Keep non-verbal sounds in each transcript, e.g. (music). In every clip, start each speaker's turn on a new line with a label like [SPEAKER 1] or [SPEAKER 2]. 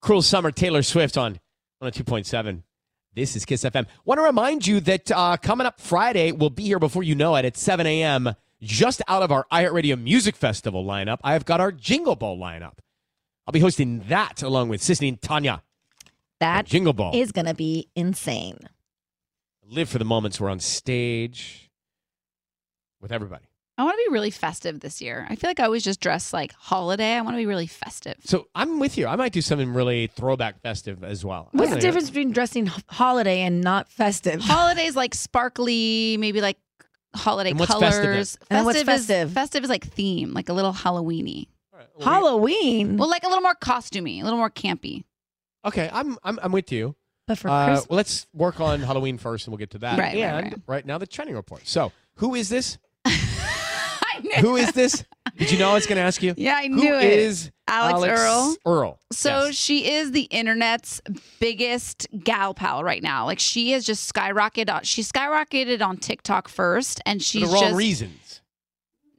[SPEAKER 1] Cruel Summer, Taylor Swift on on a 2.7. This is Kiss FM. Want to remind you that uh, coming up Friday, we'll be here before you know it at 7 a.m. Just out of our iHeartRadio Music Festival lineup, I've got our Jingle Ball lineup. I'll be hosting that along with Sisney and Tanya.
[SPEAKER 2] That
[SPEAKER 1] Jingle Ball.
[SPEAKER 2] is going to be insane.
[SPEAKER 1] Live for the moments we're on stage with everybody.
[SPEAKER 3] I want to be really festive this year. I feel like I always just dress like holiday. I want to be really festive.
[SPEAKER 1] So (laughs) I'm with you. I might do something really throwback festive as well.
[SPEAKER 3] What's
[SPEAKER 1] I
[SPEAKER 3] the
[SPEAKER 1] don't know.
[SPEAKER 3] difference
[SPEAKER 2] between dressing holiday and not festive?
[SPEAKER 3] Holidays like sparkly, maybe like holiday
[SPEAKER 1] And what's
[SPEAKER 3] colors.
[SPEAKER 1] festive then?
[SPEAKER 2] And what's
[SPEAKER 3] Is,
[SPEAKER 2] festive? Mm.
[SPEAKER 3] festive is like theme, like a little Halloweeny.
[SPEAKER 2] Halloween.
[SPEAKER 3] Well, like a little more costumey, a little more campy.
[SPEAKER 1] Okay, I'm I'm, I'm with you.
[SPEAKER 2] But for
[SPEAKER 1] Uh,
[SPEAKER 2] Christmas,
[SPEAKER 1] well, let's work on Halloween first, and we'll get to that.
[SPEAKER 3] Right, right,
[SPEAKER 1] and
[SPEAKER 3] right.
[SPEAKER 1] now the trending report. So, who is this?
[SPEAKER 3] (laughs) I knew.
[SPEAKER 1] Who is this? Did you know I was going to ask you?
[SPEAKER 3] (laughs) Yeah, I
[SPEAKER 1] Who
[SPEAKER 3] knew it.
[SPEAKER 1] is
[SPEAKER 3] Alex Earl?
[SPEAKER 1] Earl.
[SPEAKER 3] So
[SPEAKER 1] Yes.
[SPEAKER 3] she is the internet's biggest gal pal right now. Like she has just skyrocketed. She skyrocketed on TikTok first, and
[SPEAKER 1] for
[SPEAKER 3] she's
[SPEAKER 1] the wrong
[SPEAKER 3] just
[SPEAKER 1] reasons.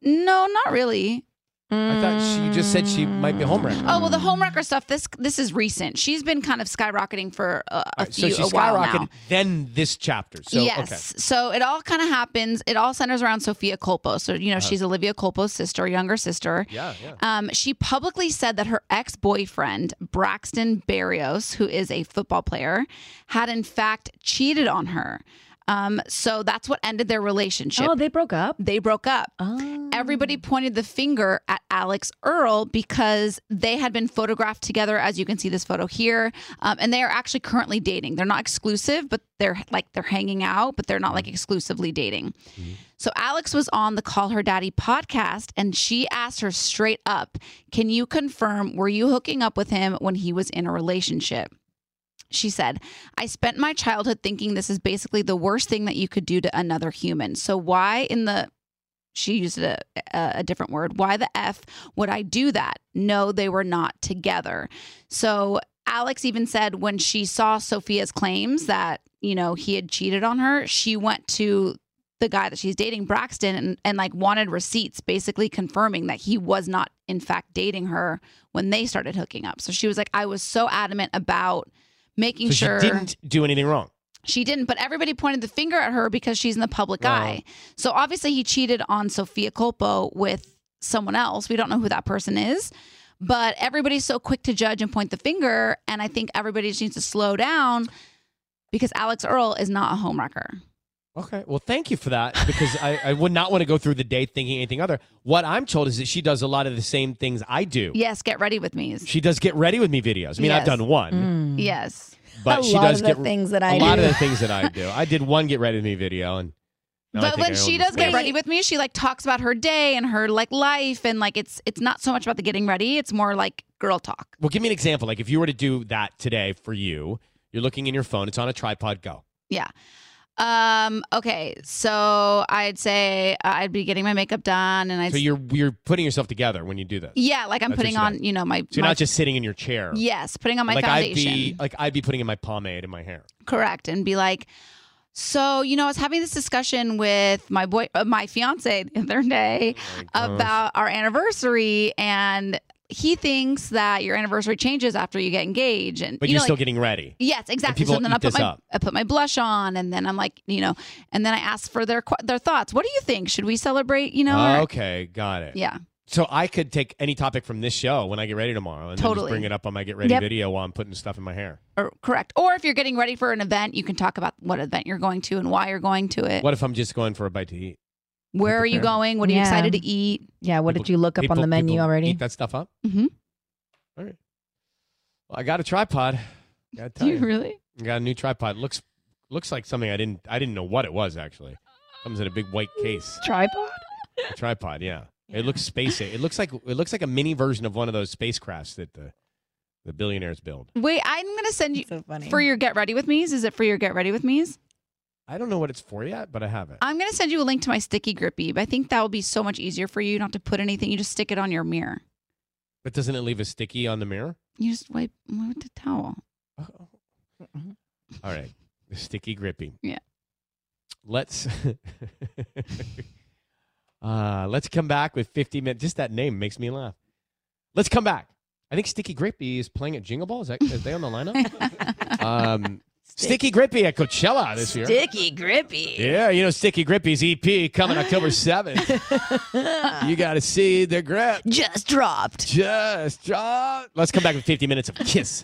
[SPEAKER 3] no, not really.
[SPEAKER 1] I thought she just said she might be a homewrecker.
[SPEAKER 3] Oh well, the homewrecker stuff. This this is recent. She's been kind of skyrocketing for a, a
[SPEAKER 1] All right, so
[SPEAKER 3] few
[SPEAKER 1] she
[SPEAKER 3] a while
[SPEAKER 1] skyrocketed.
[SPEAKER 3] now.
[SPEAKER 1] Then this chapter. So
[SPEAKER 3] yes. So it all kind of happens. It all centers around Sophia Colpo. So you know she's Olivia Colpo's sister, younger sister.
[SPEAKER 1] okay. Uh-huh. Yeah, yeah.
[SPEAKER 3] Um, she publicly said that her ex boyfriend, Braxton Barrios, who is a football player, had in fact cheated on her. Um, so that's what ended their relationship.
[SPEAKER 2] oh, they broke up.
[SPEAKER 3] they broke up.
[SPEAKER 2] Oh.
[SPEAKER 3] Everybody pointed the finger at Alex Earl because they had been photographed together, as you can see this photo here, um, and they are actually currently dating. They're not exclusive, but they're like they're hanging out, but they're not like exclusively dating. So Alex was on the Call Her Daddy podcast, and she asked her straight up, "Can you confirm were you hooking up with him when he was in a relationship?" She said, I spent my childhood thinking this is basically the worst thing that you could do to another human. So, why in the she used a, a, a different word. Why the F would I do that? No, they were not together. So Alex even said when she saw Sophia's claims that, you know, he had cheated on her, she went to the guy that she's dating, Braxton, and, and like wanted receipts, basically confirming that he was not, in fact, dating her when they started hooking up. So she was like, I was so adamant about making
[SPEAKER 1] So
[SPEAKER 3] sure
[SPEAKER 1] she didn't do anything wrong.
[SPEAKER 3] she didn't, but everybody pointed the finger at her because she's in the public eye. So obviously he cheated on Sophia Colpo with someone else. We don't know who that person is, but everybody's so quick to judge and point the finger. And I think everybody just needs to slow down because Alex Earl is not a homewrecker.
[SPEAKER 1] Okay. Well, thank you for that because I, I would not want to go through the day thinking anything other. What I'm told is that she does a lot of the same things I do.
[SPEAKER 3] Yes, get ready with me.
[SPEAKER 1] She Hmm. does get ready with me videos. I mean, I've
[SPEAKER 3] Yes. Mm.
[SPEAKER 1] done one,
[SPEAKER 3] Yes.
[SPEAKER 1] but
[SPEAKER 2] a
[SPEAKER 1] she
[SPEAKER 2] lot
[SPEAKER 1] does
[SPEAKER 2] of the
[SPEAKER 1] get
[SPEAKER 2] things that
[SPEAKER 1] a
[SPEAKER 2] I do.
[SPEAKER 1] lot of the things that I do. I did one get ready with me video, and now I
[SPEAKER 3] but
[SPEAKER 1] think
[SPEAKER 3] when
[SPEAKER 1] I
[SPEAKER 3] she
[SPEAKER 1] own
[SPEAKER 3] does
[SPEAKER 1] this
[SPEAKER 3] get
[SPEAKER 1] video.
[SPEAKER 3] ready with me, she like talks about her day and her like life and like it's it's not so much about the getting ready, it's more like girl talk.
[SPEAKER 1] well, give me an example. Like if you were to do that today for you, you're looking in your phone. It's on a tripod. Go.
[SPEAKER 3] Yeah. Um okay, so I'd say uh, I'd be getting my makeup done and I
[SPEAKER 1] So you're you're putting yourself together when you do this.
[SPEAKER 3] Yeah, like I'm
[SPEAKER 1] That's what
[SPEAKER 3] putting
[SPEAKER 1] she
[SPEAKER 3] on,
[SPEAKER 1] does.
[SPEAKER 3] you know, my,
[SPEAKER 1] So you're
[SPEAKER 3] my-
[SPEAKER 1] not just sitting in your chair.
[SPEAKER 3] Yes, putting on my
[SPEAKER 1] like
[SPEAKER 3] foundation.
[SPEAKER 1] I'd be like I'd be putting in my pomade and my hair.
[SPEAKER 3] correct and be like so you know i was having this discussion with my boy uh, my fiance (laughs) the other day
[SPEAKER 1] Oh
[SPEAKER 3] about our anniversary and he thinks that your anniversary changes after you get engaged and
[SPEAKER 1] But
[SPEAKER 3] you
[SPEAKER 1] you're
[SPEAKER 3] know,
[SPEAKER 1] still
[SPEAKER 3] like-
[SPEAKER 1] getting ready.
[SPEAKER 3] Yes, exactly.
[SPEAKER 1] people
[SPEAKER 3] So then
[SPEAKER 1] eat
[SPEAKER 3] I put
[SPEAKER 1] this
[SPEAKER 3] my
[SPEAKER 1] up.
[SPEAKER 3] I put my blush on, and then I'm like, you know, and then I ask for their qu- their thoughts. What do you think? Should we celebrate? You know, or-
[SPEAKER 1] okay, got it.
[SPEAKER 3] yeah,
[SPEAKER 1] So I could take any topic from this show when I get ready tomorrow and then just
[SPEAKER 3] Totally.
[SPEAKER 1] bring it up on my get ready
[SPEAKER 3] Yep.
[SPEAKER 1] video while I'm putting stuff in my hair.
[SPEAKER 3] or correct. Or if you're getting ready for an event, you can talk about what event you're going to and why you're going to
[SPEAKER 2] Eh.
[SPEAKER 3] it.
[SPEAKER 1] What if I'm just going for a bite to eat?
[SPEAKER 3] Where are you
[SPEAKER 1] prepare.
[SPEAKER 3] going? What are you
[SPEAKER 2] Yeah.
[SPEAKER 3] excited to eat?
[SPEAKER 2] Yeah, what did you look up
[SPEAKER 1] People-
[SPEAKER 2] on the menu
[SPEAKER 1] people
[SPEAKER 2] already?
[SPEAKER 1] Eat that stuff up.
[SPEAKER 3] Mm-hmm.
[SPEAKER 1] All right. Well, I got a tripod.
[SPEAKER 2] (laughs)
[SPEAKER 1] Gotta tell
[SPEAKER 3] Do you
[SPEAKER 1] you.
[SPEAKER 3] really?
[SPEAKER 1] I got a new tripod. Looks looks like something I didn't I didn't know what it was actually. Comes in a big white case.
[SPEAKER 2] Tripod? (laughs)
[SPEAKER 1] A tripod, yeah. It looks spacey. It looks like it looks like a mini version of one of those spacecrafts that the the billionaires build.
[SPEAKER 3] Wait, I'm gonna send you
[SPEAKER 2] So funny.
[SPEAKER 3] for your get ready with me's. Is it for your get ready with me's?
[SPEAKER 1] I don't know what it's for yet, but I have it.
[SPEAKER 3] I'm gonna send you a link to my sticky grippy. But I think that will be so much easier for you. You don't have to put anything. You just stick it on your mirror.
[SPEAKER 1] But doesn't it leave a sticky on the mirror?
[SPEAKER 3] You just wipe with the towel.
[SPEAKER 1] All right. (laughs) The sticky grippy.
[SPEAKER 3] Yeah.
[SPEAKER 1] Let's (laughs) uh let's come back with 50 minutes. Just that name makes me laugh. Let's come back. I think Sticky Grippy is playing at Jingle Ball. Is that is they on the lineup? um Sticky Grippy at Coachella this year.
[SPEAKER 2] Sticky grippy.
[SPEAKER 1] Yeah, you know Sticky Grippy's EP coming October 7th. you got to see the grip.
[SPEAKER 2] Just dropped.
[SPEAKER 1] Just drop. Let's come back with 50 minutes of Kiss.